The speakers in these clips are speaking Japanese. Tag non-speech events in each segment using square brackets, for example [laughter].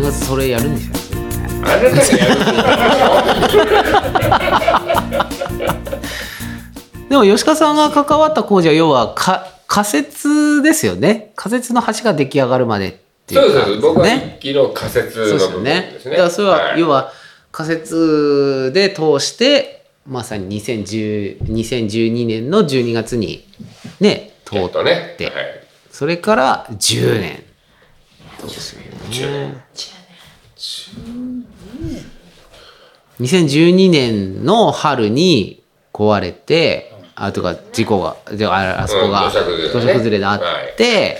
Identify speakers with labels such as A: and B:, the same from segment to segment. A: 月それやるんでしょ
B: あなたがやるって
A: でも吉川さんが関わった工事は要はか仮説ですよね仮説の橋が出来上がるまでってい
B: そう
A: う
B: ですそ
A: 感じ
B: うです僕は
A: ね
B: 一気の仮説
A: そう
B: の
A: ですよ
B: 部分
A: ね
B: ですね
A: だからそれは要
B: は
A: は仮説で通してまさに2010 2012年の12月にね通
B: いや
A: っ
B: っとね
A: て
B: はい
A: それから10年
B: 10
A: 2012年の春に壊れてあとか事故がでああそこ
B: う
A: が
B: ん土砂崩
A: 土砂崩れ
B: れだね
A: になって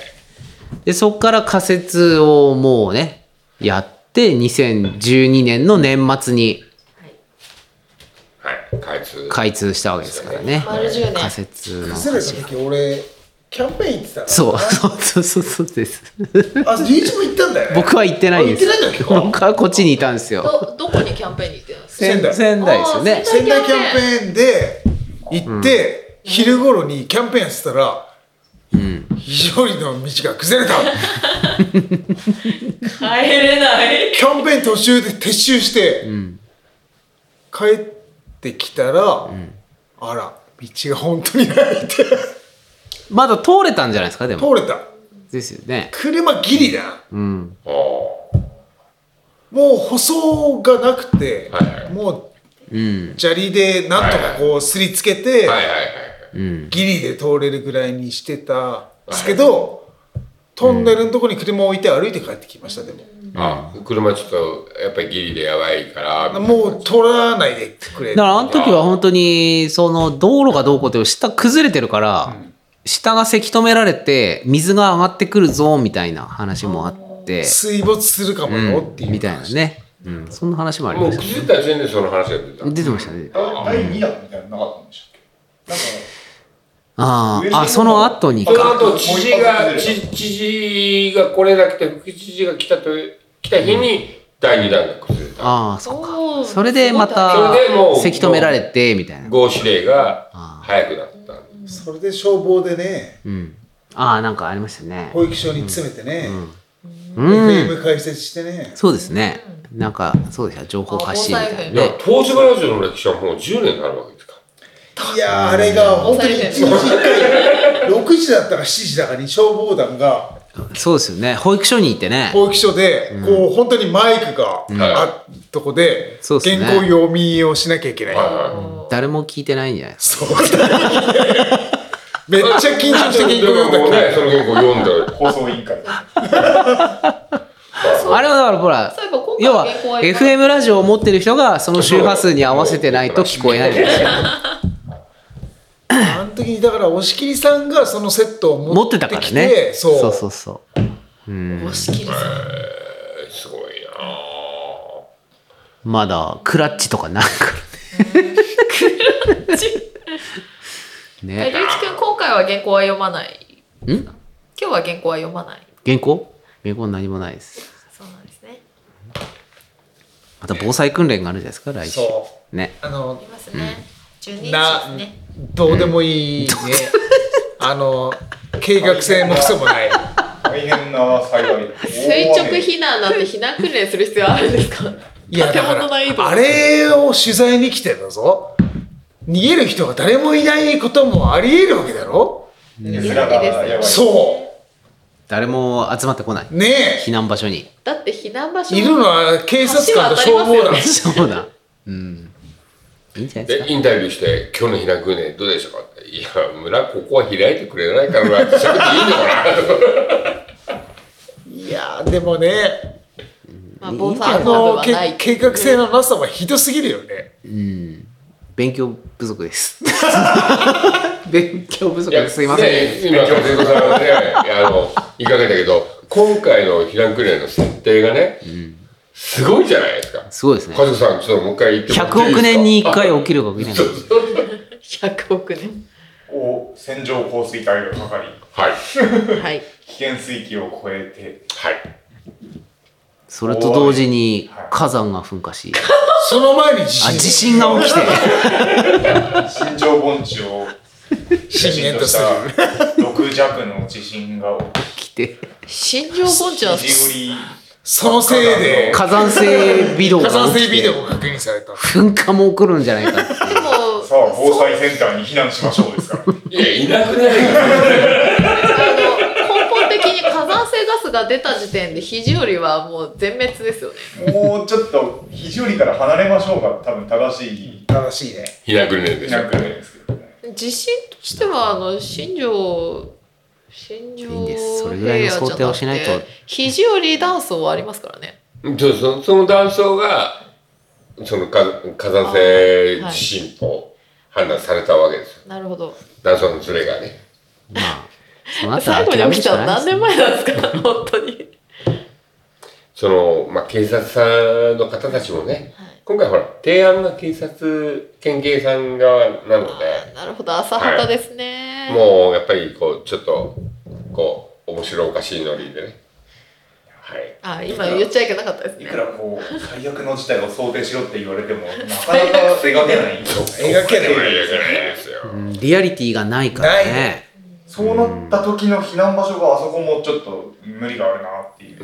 A: でそこから仮説をもうねやって2012年の年末に
B: はい開通
A: 開通したわけですからね
C: 丸10年
A: 仮説の
D: 崩れた時俺キャンペーン行ってたから
A: そうそうそうそうそうです
D: あリーチも行ったんだよね
A: 僕は行ってないです
D: あ行ってないんだっけ
A: 僕はこっちにいたんですよ
C: どどこにキャンペーンに行ってたんですか
D: 仙台
A: 仙台ですよね
C: あ
D: 仙台キャンペーンで行って、昼頃にキャンペーンしたら、非常にの道が崩れた
C: 帰れない
D: キャンペーン途中で撤収して、帰ってきたら、あら道が本当にないって
A: まだ通れたんじゃないですかでも
D: 通れた
A: ですよね
D: 車ギリだ、
A: うん
B: おお
D: もう舗装がなくて、
B: はいはい
D: も
A: うん
D: う砂利でなんとかこうすりつけ
B: ーはいは
D: て、
B: いはい
A: うん
D: ギリで通れるぐらいにしてたんですけど、トンネルのとこに車を置いて歩いて帰ってきましたでも、
B: あ車ちょっとやっぱりギリでやばいから
D: もう取らないでくれ
A: だからあの時は本当にその道路がどうこうというより下崩れてるから下がせき止められて水が上がってくるぞみたいな話もあって
D: 水没するかもよっていう、
A: みたいなねうんそんな話もあり
B: も
A: ま
B: う
A: した
B: 崩れた時点でその話が出てた
A: 出てましたね
E: 第2弾みたいなのなかったんでしたっ
A: あああその後に
B: その
A: か
B: 後知事が知知事が来れなくて副知事が来たと来た日に第2弾が崩れた
A: ああそ
C: そう
A: それでまた
B: それでもう
A: せき止められてみたいな
B: 合指令が
A: あ
B: 早くなったんです
D: それで消防でね
A: うんああなんかありましたね
D: 保育所に詰めてね、
A: うん
D: FM 解説してね、
A: そうですねなんかそうでした情報発信みたい
B: い
A: な
B: や
A: ね
B: 東芝ラジオの歴史はもう10年になるわけですか
D: いやーあれが本当に1日1回6時だったか7時だかに消防団が
A: そうですよね保育所に行ってね
D: 保育所でこう本当にマイクがあるとこで
A: そう
D: 原
A: っすね
D: 稿読みをしなきゃいけない、
B: はいはい
A: 誰も聞いてないんじゃないですか
D: そうめっちゃ緊張して原稿読んだ
B: も
D: っ
B: う [laughs]
D: け
B: ねその原稿読んだ
E: け放送委員会
A: あれはだからほら
C: そういえば今回
A: 要
C: は
A: は
C: 原稿は
A: FM ラジオを持ってる人がその周波数に合わせてないと聞こえないんですよ
D: あの時にだから押切さんがそのセットを
A: 持
D: 持
A: っ
D: ってて
A: た
D: きて
A: からね
D: そう
A: そうそうそう
C: 押し切りさん
B: すごいなあ
A: まだクラッチとかなんか
C: え
A: ね
C: 龍一君今回は原稿は読まない
A: ん
C: 今日は原稿は読まない
A: 原稿原稿何もないです
C: そうなんですね
A: また防災訓練があるじゃないですか来週
D: そ
A: ね
D: あの
C: いますね12日
D: な
C: ですね
D: どうでもいいね、 [laughs] あの計画性もクソ
A: [laughs]
D: もない
E: 大変な幸い
C: 垂直避難なんて避難訓練する必要あるんです
A: [laughs]
C: か
D: いやだ
C: 建
D: か
C: 物の移動
D: らあれを取材に来てんだぞ逃げる人が誰もいないこともありえるわけだろ
E: 避難がやばい
D: そ
A: 誰も集まってこないう
D: ね
A: 避難場所に
C: だって避難場所
D: えいるのは警察官と消防団
A: そうだうんいいんじゃないですか
B: でインタビューして「今日の避難訓練どうでしたか?」って「いや村ここは開いてくれないからな」ってしゃべっていいのかな
D: いやーでもね
C: まあ防
D: あ
C: 災の部
D: の
C: は
D: け
C: ない
D: 計画性のなさはひどすぎるよね
A: 勉強不足です
D: [laughs]
A: 勉強不足
B: い
A: [laughs] ですすいません、
B: ね今藤子さんがねあの言いかけたけど今回の避難訓練の設定がね、すごいじゃないですか
A: すごいですね
B: 和子さんちょっともう一回言ってもらってい
A: 100
B: いですか
A: 億年に1回起きるか起きないか
C: 100億年
E: こう線状降水帯がかかり
B: はい
C: はい
E: 危険水域を超えて
B: はい
A: それと同時に火山が噴火し
D: その前に地
A: あ
D: 震
A: 地震が
D: [laughs]
A: 起きて
E: 新庄盆地を
D: 震源とする
E: 6弱の地震が
A: 起きて
C: 心情盆地は
E: ジブリ
D: そのせいで
A: 火山性微動
D: 火
A: が
D: 山
A: 起
D: 性
A: き
D: ビ
A: て
D: デオが確認された
A: 噴火も起こるんじゃないかって
D: [laughs]
A: いう
C: で [laughs] も
E: さあ防災センターに避難しましょうですから
B: いや、いなくなるよ。
C: あの根本的に火山性ガスが出た時点で肘よりはもう全滅ですよね
E: もうちょっと肘折から離れましょうが多分正しい
D: 正しいね
B: ひなくれですよ。
E: 避難訓練ですけどね
C: 地震としてはあの新庄新
A: いいん
C: 庄
A: ですそれぐらいの想定をしないと
C: 平野じゃくて肘より断層はありますからね
B: そうそのその断層がその火火山性地震と判断されたわけですよ、
C: なるほど
B: 断層のズレがね
A: まあそうなったら
C: 最後に
A: 諦め
C: 起
A: るし
C: き
A: たか
C: の
A: ない
C: 何
A: です
C: 年前 [laughs] なんですか本当に
B: その、まあ、警察さんの方たちもね、
C: はい
B: 今回ほら提案が警察県警さん側なの
C: あー
B: で
C: なるほど浅はかですね、
B: もうやっぱりこうちょっとこう面白おかしいノリでねはい
C: あー今言っちゃいけなかったです
E: い
C: ね
E: くらこう最悪の事態を想定しろって言われてもなかなか描けない [laughs]
D: 描けない
B: じゃないですよ
A: うんリアリティがないからね
E: そうなった時の避難場所があそこもちょっと無理があるなっていう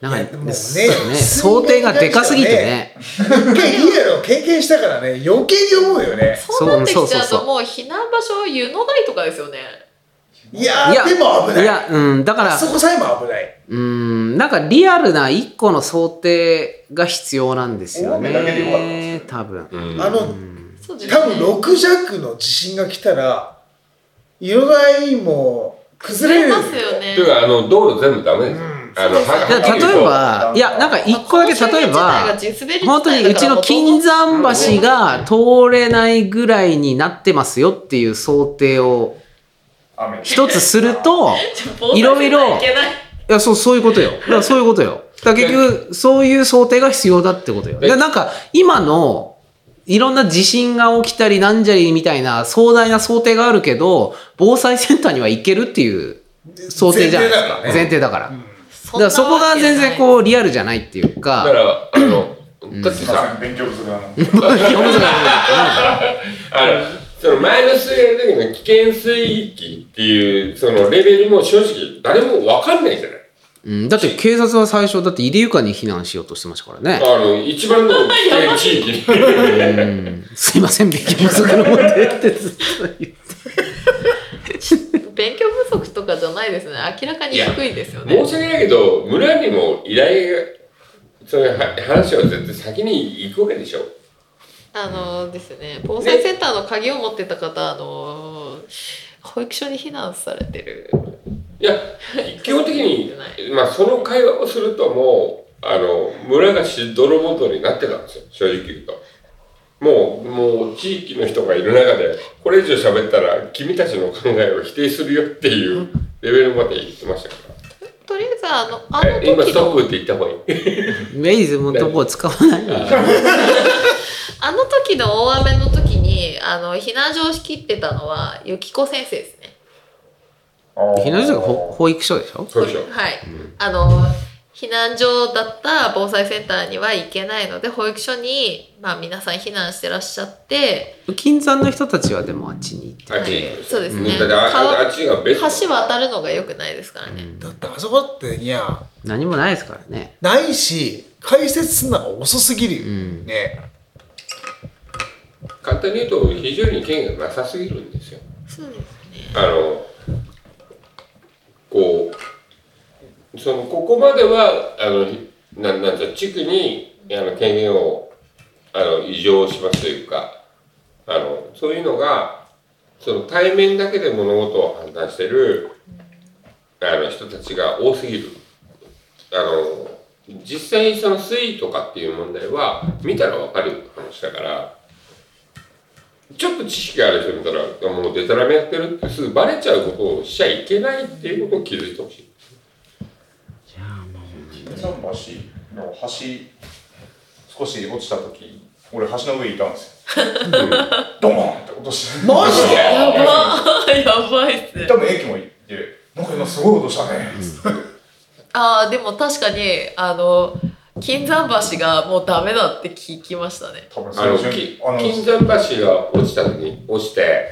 A: なん
D: い
A: か
D: やでもね
A: そうね想定がでかすぎてね
D: いいやろ経験したからね余計に思うよね
C: そうなってきち
A: そうそうそ
C: ゃう
A: うそ
C: と
A: う
C: もう避難場所湯の台とかですよね
D: いやーでも危ない
A: いやうんだから
D: そこさえも危ない
A: うんなんかリアルな一個の想定が必要なんですよ
E: 大雨だけでよかったん
A: ね
E: ですね
A: 多分
B: うん
D: あの
C: そうですね
D: 多分6弱の地震が来たら色がいいも崩れる
C: 出ますよ
B: と
C: ね
B: いうかあの道路全部ダメですよ、
D: うん
B: あのは
A: だから例えば
E: [laughs]
A: いやなんか一個だけ例えば本当にうちの金山橋が通れないぐらいになってますよっていう想定を
E: 雨
A: 一つするとい
C: [laughs] い
A: ろ
C: ろ
A: い
C: い
A: ろ
C: ろいけない
A: いやそうそういうことよだからそういうことよだから結局そういう想定が必要だってことよだからなんか今のいろんな地震が起きたりなんじゃりみたいな壮大な想定があるけど防災センターには行けるっていう想定じゃないですか
D: 前提だからね
A: 前提だから,、だ
C: そ
A: からそこが全然こうリアルじゃないっていう
B: だか、
A: から
B: あの、だって
E: すいませ
B: さ、
E: ん勉強不足なの
B: あの、そのマイナスやる時の危険水域っていう、そのレベルも正直、誰もわかんないじゃない。
A: うん、だって警察は最初だって入江かに避難しようとしてましたからね
B: あの、一番の危険地域に。
A: すいません勉強不足の問題ってずっと言って
C: 勉強不足とかじゃないですね明らかに低いですよね
B: 申し訳ないけど、村にも依頼が、そういうは話は絶対先に行くわけでしょ。
C: あのですね防災センターの鍵を持ってた方あの保育所に避難されてる
B: いや、基本的に、まあ、その会話をするともう、あの、村がし泥元になってたんですよ、正直言うと。もう、もう、地域の人がいる中で、これ以上喋ったら、君たちの考えを否定するよっていうレベルまで言ってましたか
C: とりあえずあのあ
B: ら。
C: の
B: え今、ス
C: 時
B: トッ
C: の
B: プって言った方がいい。
A: メイズもとこを使わないの
C: あの時の大雨の時にあの避難所を仕切ってたのはゆきこ先生ですね
A: 避難所がほ保育所でしょ
B: そうでしょ。
C: はい、あの避難所だった防災センターには行けないので保育所に、まあ、皆さん避難してらっしゃって、
A: 金山の人たちはでもあっちに行って
B: あっち
C: はいそうです
B: だ
C: ね
B: ってあ
C: 川
B: ああっちがベスト。
C: 橋渡るのが良くないですからね、
D: だってあそこっていや
A: 何もないですからね
D: ないし解説するのが遅すぎるよ、ね
B: 簡単に言うと、非常に権がなさすぎるんですよ。
C: そうですね
B: あのこうそのここまではあのひなんなんていうの地区にあの権限をあの異常しますというかあのそういうのがその対面だけで物事を判断してるあの人たちが多すぎる。あの実際にその水位とかっていう問題は見たらわかる話だから。ちょっと知識がある人見たら、もうデタラメやってるってすぐバレちゃうことをしちゃいけないっていうことを気づいてほしい。
E: 金山橋の橋少し落ちた時俺橋の上にいたんですよドーンって落として
D: マジで
C: やばいやばいっすね
E: 多分駅も行ってなんか今すごい音したね
C: ああでも確かにあの金山橋がもうダメだって聞きましたね
E: 多分そ
B: あ
E: れ
B: の、
E: 以上
B: き
E: にあの
B: 金山橋が落ちた時に、落ちて、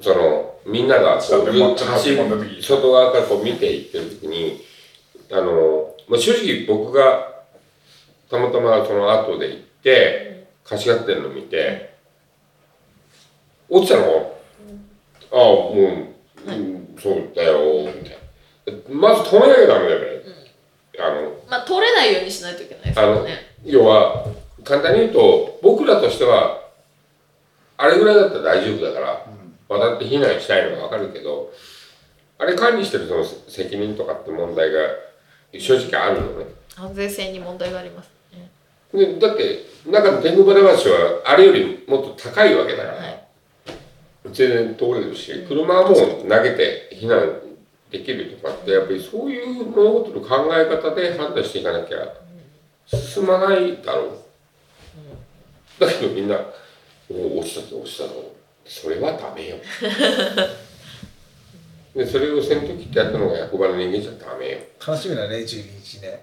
B: その、みんながこう、
E: 下でま
B: 走
E: た走り込んだ時
B: 外側からこう見ていってる時に、あの、まあ、正直僕がたまたまその後で行って、貸し合ってるの見て、落ちたのああ、もう、うん、そうだよ、みたいな。まず止めなきゃダメだよね。あの、
C: まあ取れないようにしないといけないですよね
B: 要は、簡単に言うと、僕らとしては、あれぐらいだったら大丈夫だから、渡って避難したいのはわかるけど、あれ管理してるその責任とかって問題が正直あるのね。
C: 安全性に問題がありますね
B: でだって中の天狗話はあれよりもっと高いわけだから、
C: はい
B: 全然通れるし車はもう投げて避難できるとかってやっぱりそういう物事の考え方で判断していかなきゃ進まないだろう、だけどみんな「おお落ちたぞ落ちたぞ」それはダメ
C: [laughs]
B: よでそれをせんときってやったのが役場の人間じゃダメよ
D: 楽しみだね12日ね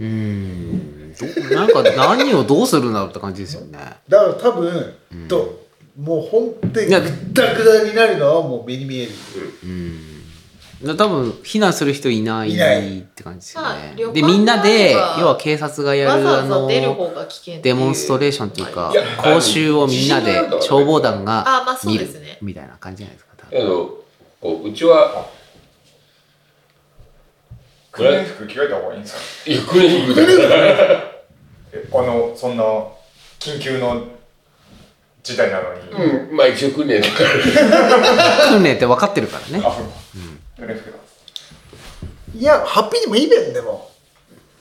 A: うーんどなんか何をどうするんだろうって感じですよね。
D: だから多分、ともう本当に
A: いや
D: グダグダになるのはもう目に見える
A: な多分避難する人いない
D: いない
A: って感じですよ
C: まあ
A: ね
C: 旅。館
A: でみんなで要
C: があれば
A: は警察がや
C: わ
A: る
C: ざ
A: あ
C: わざ
A: の
C: 出る方が危険ってい
A: デ
C: う
A: モンストレーションっていうか
B: いや
A: 講習をみんなで
B: あの
A: 消防団が
C: あまあそう
A: 見
C: です
A: る
C: ね
A: みたいな感じじゃないですか。多
B: あ
A: 分
B: のこううちは
E: クレーン服着替えた方がいいんですか
B: いやクリーニングだから
E: えあのそんな緊急の事態なのに、
B: うん、まあ一応訓練だから。
A: 訓練って分かってるからね
E: あ。そうかクレーン服だ
D: いやハッピーでもいいべんでも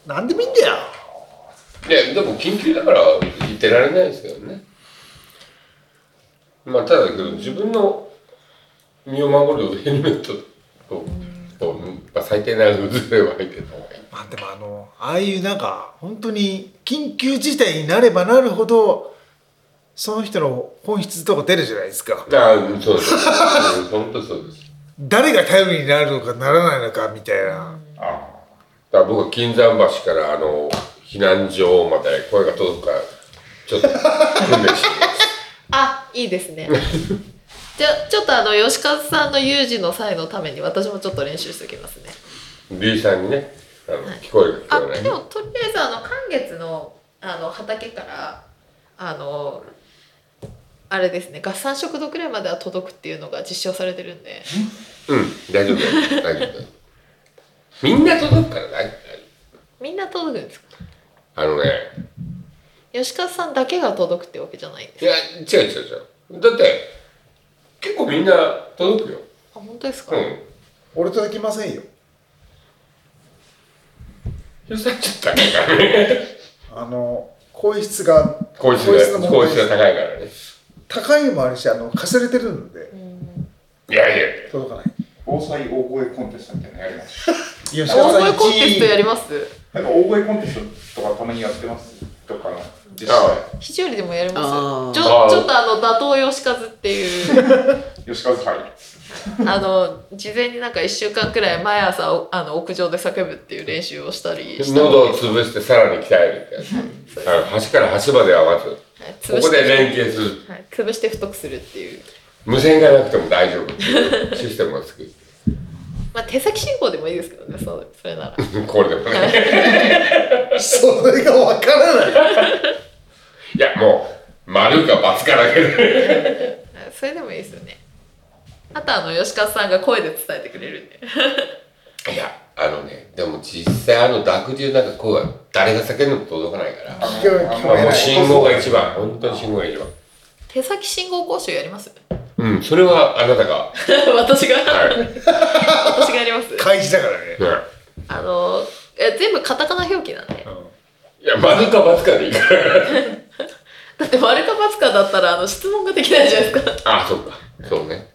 D: 何でもいいんだよ
B: いや、でも緊急だから出られないですけどね。まあただだけど自分の身を守るヘルメットと、とまあ、最低なルーズレは入ってた方がいい。
D: まあでもあのああいうなんか本当に緊急事態になればなるほどその人の本質とか出るじゃないですか
B: ああ、うんそうです。うん本当そうです。
D: 誰が頼りになるのかならないのかみたいな
B: だ
E: あ
B: から僕は金山橋からあの避難所まで声が届くから、ちょっと訓練して
C: あいいですね [laughs] じゃあちょっとあの吉和さんの有事の際のために私もちょっと練習しておきますね
B: ます。B さんにね、あの聞こえるか
C: あ
B: 聞こえ
C: で
B: ない
C: もとりあえずあの寒月のあの畑からあのあれですね合算食堂くらいまでは届くっていうのが実証されてるんで
B: うん、大丈夫だよ。大丈夫だよ。みんな届くから大丈夫だよ。
C: みんな届くんですか
B: あのね、
C: 吉和さんだけが届くってわけじゃないんです
B: いや、違う違う違う。だって、結構みんな届くよ。
C: あ本当ですか、
B: うん。
D: 俺届きませんよ
B: 広さっちゃったからね。
D: あの皇室が
B: こいつが、
D: の
B: こい
D: 問
B: つ
D: 題
B: が高いからね。
D: 高いのもあるしあの貸されてるので
B: いやいや、
D: 届かない
E: 防災大声コンテストみたいなのやります
D: 吉
C: 大声コンテストやります
E: なんか大声コンテストとかたまにやってますとかの実
B: あ
E: 際
C: 非常にでもやり
A: あー
C: ますちょ
B: あー
C: ちょっとあの打倒吉和っていう
E: 吉和杯
C: [laughs] あの事前になんか1週間くらい毎朝おあの屋上で叫ぶっていう練習をしたりした
B: 喉を潰してさらに鍛えるってやつ。あの、端から端まではまず、
C: はい潰
B: こ
C: して
B: こで連携する。
C: はい、潰して太くするっていう、
B: 無線がなくても大丈夫っていうシステムが作る。
C: まあ、手先信号でもいいですけどねそうそれなら
B: [laughs] これでも [laughs] ね。
D: それがわからない
B: いや、もう、丸か×かだけで。
C: それでもいいですよねあとあの吉川さんが声で伝えてくれるんで [laughs]
B: いや、あのね、でも実際あの濁流なんかこうは誰が叫んでも届かないから。
D: 聞こえ聞こ
B: まあ、も
D: え
B: う
D: ない
B: 信号が一番、本当に信号が一番。
C: 手先信号講習やります [laughs]
B: うん、それはあなたが。
C: 私が
B: はい。
C: 私がやります
D: 開示だからね
B: ね
C: あのえ全部カタカナ表記なんで
B: いや、丸か×かでいいから。
C: だって丸か×かだったらあの質問ができないじゃないですか
B: あ、そうか。そうね。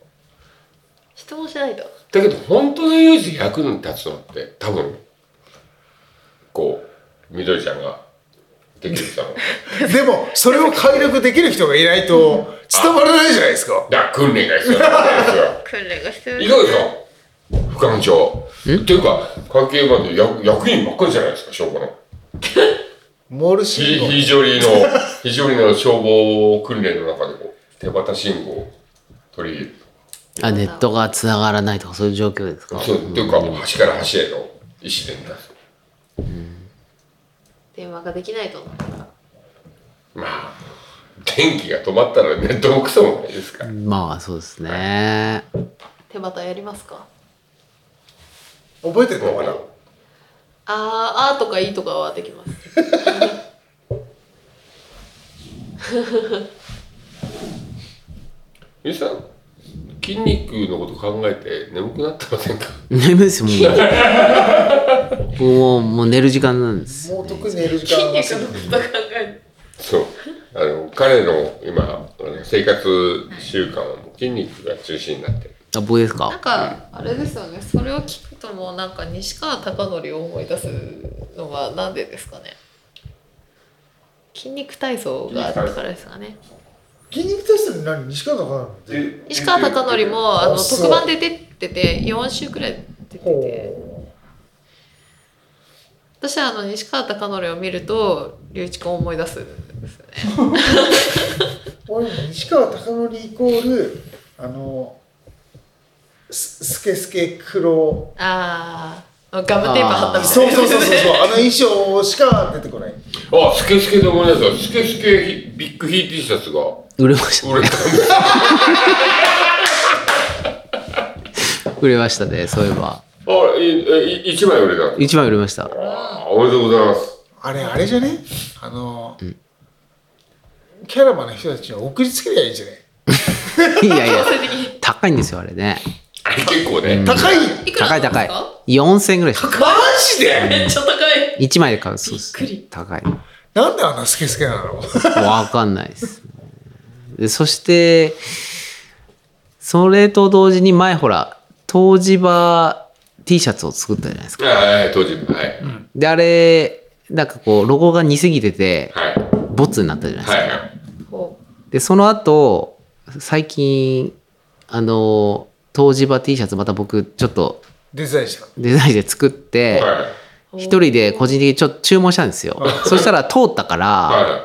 C: [laughs] 質問しないと
B: だけど、本当の有事役に立つのって、多分、こう、緑ちゃんが、できるさん。 [laughs]
D: でもそれを快諾できる人がいないと伝わらないじゃないですか
B: だ、訓練が必要なんですよ。
C: 訓練が必要
B: いかがですか副官長。っていうか、関係まで役役員ばっかりじゃないですか、証拠の。
D: モール信号
B: 非常にの、 [laughs] 非常にの消防訓練の中でこう、手旗信号を取り入れる。
A: あネットが繋がらないとかそういう状況ですか。
B: そう、っていうか、端から端への意思伝達。
C: 電話ができないとなったら
B: まあ、電気が止まったらネットもクソもないですから。
A: まあそうですね
C: 手旗やりますか
D: 覚えてるのまだ
C: あーあーとかいいとかはできます
B: ゆうさん、筋肉のこと考えて眠くなってませんか
A: 眠いですもうもうもう寝る時間なんです
D: もう特に寝る時
C: 筋
D: 間は
C: 肉のこと考え
B: そう。あの、彼の今、あの生活習慣はもう筋肉が中心になってる。
A: あ僕です
C: なん
A: か
C: かあれですよねそれを聞くともうなんか西川貴教を思い出すのはなんでですかね筋肉体操があったからですかね
D: 筋肉テストに何西川がかな
E: で
C: 西川貴教もあの
D: あそう
C: 特番で出てて4週くらい出てて
D: ほ
C: 私はあの西川貴教を見ると龍一君を思い出すんですよね
D: う俺西川貴教イコールあのすスケスケ黒
C: ああガムテープ貼ったみたい
D: そう
C: な
D: そうそうそ
C: [laughs]
D: うそう [laughs] あの衣装しか出てこない
B: あ、スケスケで思い出した。スケスケビッグヒー T シャツが
A: 売れました
B: 売れたんです。
A: 売れましたねそういえば
B: あ、いいい一枚売れたんです。
A: 一枚売れました
B: あーおめでとうございます。
D: あれあれじゃねあの、キャラバンの人たちを送りつけりゃいいんじゃね
A: いやいや
C: 強制的に
A: 高いんですよあれね
B: あれ結構ね。
D: 高い
C: いく
A: 高
C: らないんで
A: 高
C: すか
A: い4000円ぐらいした
D: マジで
C: めっちゃ高い
A: 1枚で買うそうです
C: びっくり
A: 高い
D: なんであんなスケスケなの [laughs]
A: わかんないです。でそしてそれと同時に前ほら湯治場 T シャツを作ったじゃないですか。
B: はい、当時も。はい。
A: であれなんかこうロゴが似すぎてて
B: はい。
A: ボツになったじゃないです
B: は
A: か。
B: いはい。
C: こ
A: でその後最近あの湯治場 T シャツまた僕ちょっと
D: デザインしたの
A: デザインで作って
B: は
C: う
A: 一人で個人的にちょっと注文したんですよ。そしたら通ったか
B: い。
A: ら
B: はい。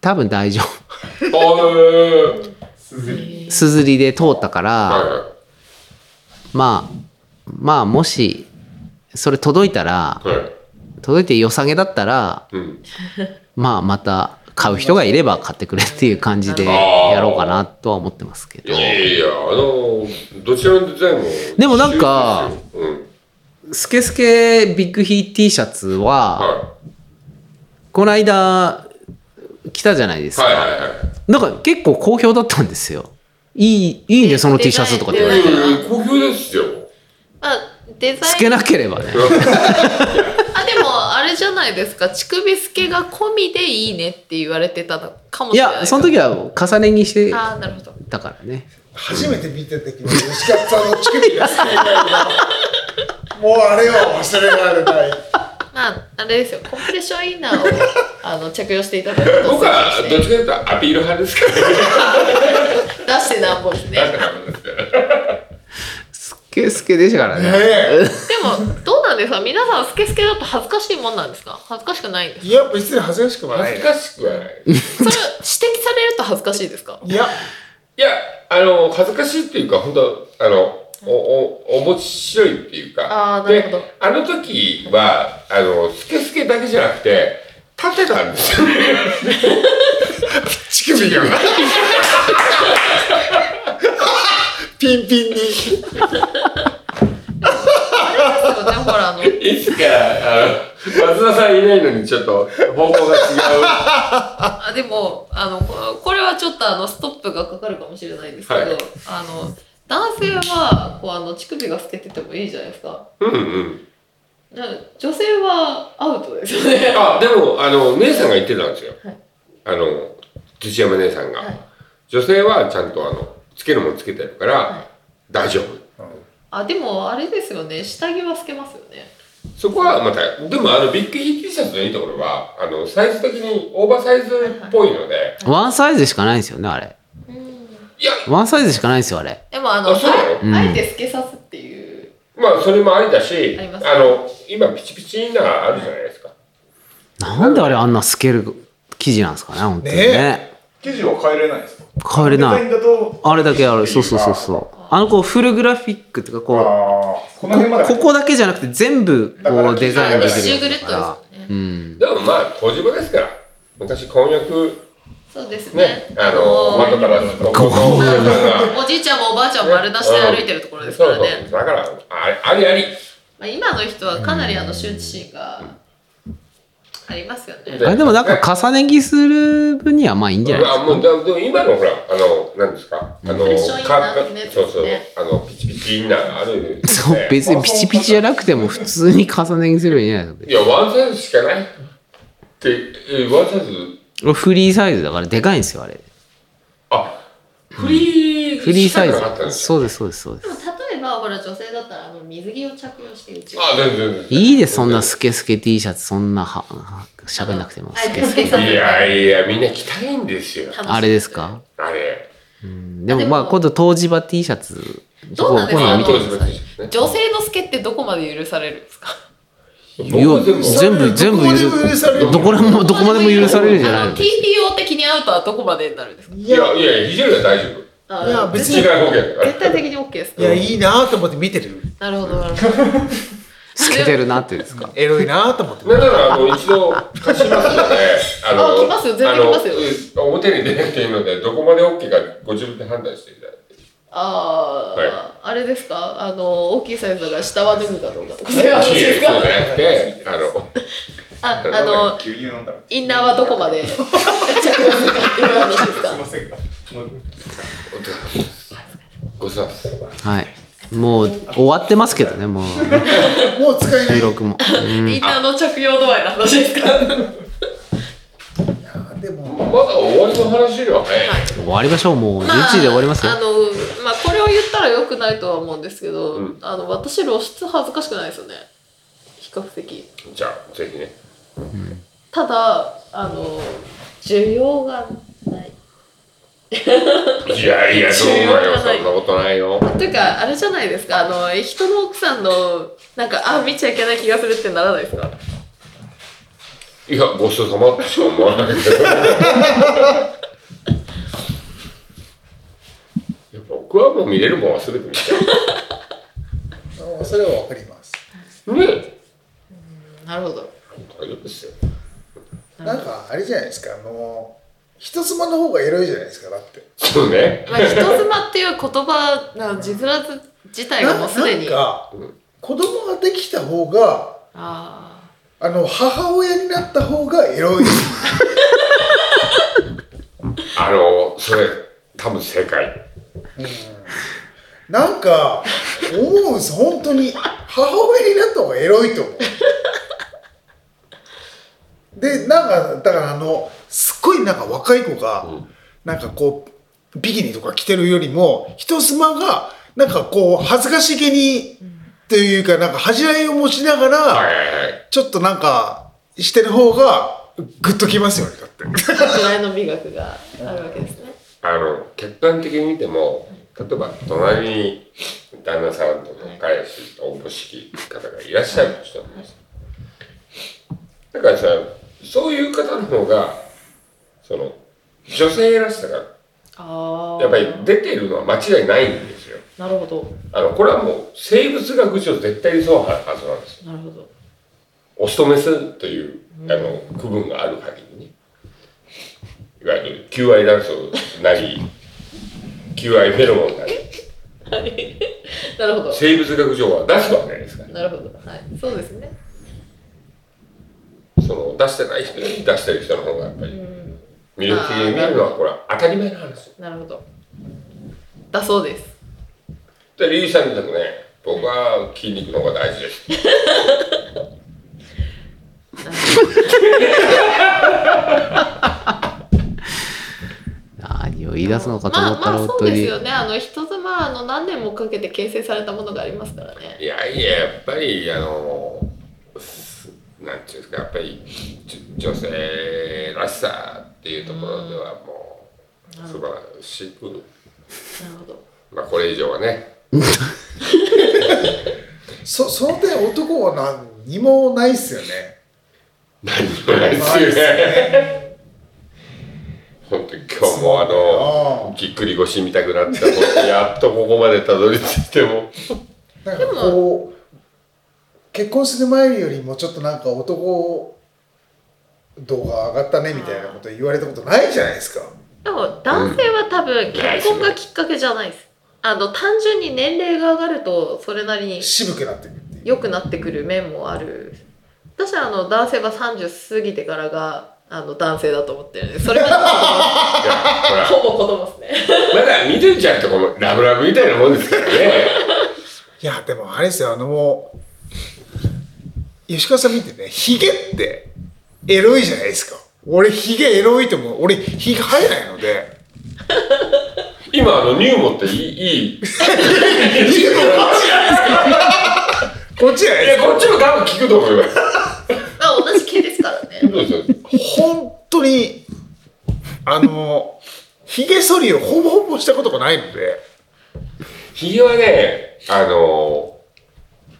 A: 多分大丈夫。
B: あー
A: すずりで通ったから。
B: は
A: まあまあもしそれ届いたら
B: い。はい。
A: 届いて良さげだったら
B: うん。
A: まあまた買う人がいれば買ってくれっていう感じでやろうかなとは思ってますけ
B: い
A: ど
B: やいや、あの、どちらのデザインも。
A: でもなんか
B: 一緒ですよ、うん。
A: スケスケビッグヒー T シャツは
B: は
A: この間来たじゃないで
B: い。
A: す
B: はい
A: か
B: はいはい。
A: なんか結構好評だったんですよいいいいねその T シャツとかって言われ
B: い
A: て
B: やいや好評ですよ。
C: まあデザ
A: 透
C: イ
A: け
C: ン
A: なければね
C: あでもあれじゃないですか乳首透けが込みでいいねって言われてたのかも
A: い
C: しれない
A: やその時は重ね着して
C: ああなるほど
A: たからね
D: 初めて見た時に吉川さんの乳首が好きなのもうあれよ忘れられない
C: まああれですよコンプレッションイン
A: [laughs]
C: ナーをあの着用していただくと
B: 僕は
C: 推
B: どっ
C: 薦
B: ちか
C: し
B: というとアピール派ですからね。
C: て出してなんぼですね
B: なんかダメですから
A: スケスケでしたからね
D: [laughs] ね
C: でもどうなんですか皆さんスケスケだと恥ずかしいもんなんですか恥ずかしくないんです
D: えいや別に恥ずかしくはな
B: 恥
D: い
B: ず
D: ね
B: かしくはない。
C: それ指摘されると恥ずかしいで
A: [laughs]
C: すか
D: いや
B: いや、あの、恥ずかしいっていうか、本当あの、お、お、面白いっていうか。
C: あーなるほど
B: であの時は、あの、スケスケだけじゃなくて、立てたんですよ。乳首が。
D: ピンピンに
C: そうねほらあの
B: いつか、あの、松田さんいないのにちょっと方向が違う。
C: あでもあのここれはちょっとあのストップがかかるかもしれないんですけど、
B: はい
C: あの男性はこうあの乳首が透けててもいいじゃないですか
B: うんうん。
C: な女性はアウトですよね [laughs]
B: あ、でも、あの、姉さんが言ってたんですよ。
C: はい
B: あの、土山姉さんが。
C: はい
B: 女性はちゃんと、あの、つけるもんつけてるから、
C: はい
B: 大丈夫。
C: あでもあれですよね下着は透けますよね
B: そこはまた、でもあのビッグヒー T シャツのいいところは、あの、サイズ的にオーバーサイズっぽいので、
A: ワンサイズしかないんですよねあれ
B: いや、
A: ワンサイズしかないんですよあれ
C: でもあの
B: あそうなの
C: あえあえて透けさすっていう
B: まあそれもありだし、
C: あります
B: あの、今ピチピチなあるじゃないですか。
A: なんであれあんな透ける生地なんですかね、本当にね。
D: ね
E: 生地は変えれないですか
A: 変えれない。
E: デザインだと
A: あれだけある。そうそうそうそう。あのこうフルグラフィックとかこう、
E: あーこの辺まで
A: ここだけじゃなくて全部
E: だか
A: こ
E: ら
A: うデザインで
C: 一
A: き
C: 周
A: る
C: ぐ
A: や
C: る
A: つだ
C: っと
A: から。
C: ですよね
A: うん。
B: でもまあ、東芝ですから。昔、婚約、
C: そうですね
B: ね、あの、
C: あの
B: 窓からここ
A: こ
B: のが
C: おじいちゃんもおばあちゃんも丸出しで歩いてるところですから
B: そう
C: ね、
B: そうだから、あれ、ありあり。
C: まあ、今の人はかなりあの羞恥心がありますよね、
A: あれでもなんか重ね着する分にはまあいいんじゃないです
B: あもうだでも今のほら、あの、なんですか、あの
C: フレッシュインナー
B: かか
C: ね
B: そうそう
C: ね、
B: あの、ピチピチインナーがある、ね。
A: か。そう、別にピチピチじゃなくても普通に重ね着すればいいんじゃないです
B: いや、ワンサイズしかないって、えワンサイズ、
A: か。俺フリーサイズだからでかいんですよ、あれ。
B: あ、フリー、
A: フリーサイ
B: しかなかったんで
A: ズ。
B: す
A: そうです、そうです、そうで。
C: ですも例えばほら女性だったらあの水着を着用してうち
B: あ、全然全然。
A: いいです、そんなスケスケ T シャツ、そんなは、は喋んなくても。スケスケ。
B: いやいや、みんな着たいんですよ。
A: あれですか
B: あれ。
A: うんでもまあ今度東芝 T シャツ、
C: どうなんですか
A: 今
C: あ
A: 度見て
C: の
B: 当
A: み
B: 時
A: て
B: の
A: ください。
C: 女性のスケってどこまで許されるんですか
A: いや
B: 僕全部
A: 全部全部
D: どこまでも許される
A: どこらもどこまでも許されるんじゃない
C: あ
A: の
C: の TPO 的にアウトはどこまでになるんですか
D: い
B: いや
D: や
B: いや、ひじるは大丈夫。
C: あ
D: いや別に
B: 違う方言だから
C: 絶。対的に OK です
D: いやいいなと思って見てる
C: なるほどなるほど
A: 透けてるなってですか。
D: エロいなと思って見て
B: な
D: る
B: んなら、あの、一度、貸しますので、あ
C: あ来ますよ全然来ますよ
B: あのう表に出なくていいので、どこまで OK かご自分で判断していただいて。
C: あー、
B: は
C: あれですかあの大きいサイズだから下は脱ぐかどうかとかそういう話
B: い
C: です
B: やそう
C: か
B: じゃなくて、あの、
C: ああの
E: 牛乳飲んだら
C: インナーはどこまで着用するかっていう話です
E: す
C: か
E: いませんがもう
B: ごちそうさまです
A: はい。もう終わってますけどね、もう
D: もう使えない
A: 収録も。
C: インナーの着用度合いの話ですか
D: でも
B: まだ終わりの話よりは早い。
A: 終わりましょう、もう11時で終わりますよ
C: あ。の、まあ、これを言ったら良くないとは思うんですけど、
B: うん
C: あの、私露出恥ずかしくないですよね。比較的。
B: じゃあ、ぜひね。
C: ただ、あの、需要がない。 [laughs]
B: いやいや、そうなよ、そんなことないよ。
C: というか、あれじゃないですか、あの、人の奥さんの、なんか、あ、見ちゃいけない気がするってならないですか。
B: いや、ごちそうさまってしか思わないけど。 [laughs] やっぱ僕はもう見れるもんは全て見ちゃ
D: それはわかります
B: う。ねえ
C: なるほど。
B: 大丈夫ですよ。
D: なんかあれじゃないですかあの人妻の方がエロいじゃないですかだって
B: そうね。
C: まあ、人妻っていう言葉の字面自体がもうすでに。
D: ななんか子供ができた方が
C: あ
D: あの母親になった方がエロい
B: あの、それ、多分正解。
D: なんか思うんです本当に母親になった方がエロいと思うでなんかだからあのすっごいなんか若い子が、なんかこうビキニとか着てるよりも人妻がなんかこう恥ずかしげにというかなんか恥じらいを持ちながら、
B: はいはいはい。
D: ちょっとなんかしてる方がグッときますよねだって
C: あ、それぐらいの美学があるわけですね。
B: あの、客観的に見ても、例えば、隣に旦那さんとか彼氏とおぼしき方がいらっしゃるとしてもねだからさ、そういう方の方が、その、女性らしさが
C: ああ。
B: やっぱり出てるのは間違いないんですよ。
C: なるほど。
B: あの、これはもう生物学上絶対にそうなはずなんですよ。
C: なるほど。
B: オスとメスという、あの、区分がある限りね。いわゆる求愛卵巣なり、求愛フェロモンなり、
C: はい。 [laughs] なるほど。
B: 生物学上は出すわけですから。
C: なるほど。はい。そうですね。
B: その、出してない人より出してる人の方がやっぱ
C: う
B: り、
C: ん。
B: 魅力的に見えるのはこれは当たり前の話。
C: なるほど。だそうです。
B: で、リーさんみたくね、僕は筋肉の方が大事です。
A: 何を言い出すのかと
C: ま
A: 思
C: あ
A: った
C: ま
A: ら
C: あ
A: 本
C: そ
A: 当
C: うです
A: に。
C: よね。あの人妻あの何年もかけて形成されたものがありますからね。
B: いやいや、やっぱり、あの、すなんていうんですか、やっぱり、じょ女性らしさっていうところではもう、素晴らしく、
C: なるほど。
B: まあ、これ以上はね、
D: そその点男は何にもないっすよね
B: 何もないですよね。本当に今日もあ
D: う
B: の、
D: ん
B: ぎっくり腰見たくなった本当にやっとここまでたどり着いても、
D: なんかこう結婚する前よりもちょっとなんか男動画上がったねみたいなこと言われたことないじゃないですか
C: でも男性は多分結婚がきっかけじゃないです、あの単純に年齢が上がるとそれなりに
D: 渋くなってくるっていう
C: 良くなってくる面もある私はあの男性は30過ぎてからがあの男性だと思ってるんでそれが
B: やほら
C: ほぼ子供ですね
A: [laughs]
B: まだ見てちゃんとこのラブラブみたいなもんですからね。
D: いやでもあれですよあのもう吉川さん見てねヒゲってエロいじゃないですか俺ヒゲエロいと思う俺ヒゲ生えないので
B: 今あのニューモっていい、いい。い
D: こっちじゃないで
B: や、
D: すか
B: こっちも多分聞くと思います。
C: あ同じ系ですからね
B: そうそう
D: 本当にあのヒゲ剃りをほぼほぼしたことがないので
B: ひげはね、あの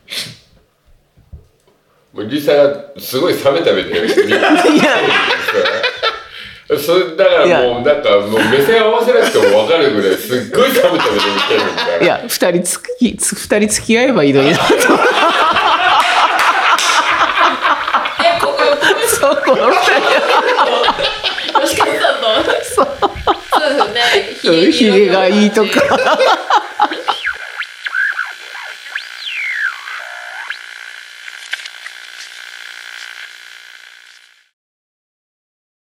B: ー、もうリサがすごい冷めた目で見てる。
A: いや、
B: それだか
A: いや
B: らもうなんかもう目線合わせなくても分かるぐらいすっごい冷めた目で見てるみたい
A: い
B: な。
A: や、二人つき、つ二人付き合えばいいのになと。
C: えここ
A: そう
C: 吉川さんのそうそうですよ
A: [laughs]
C: ね
A: ひげがいいと
C: か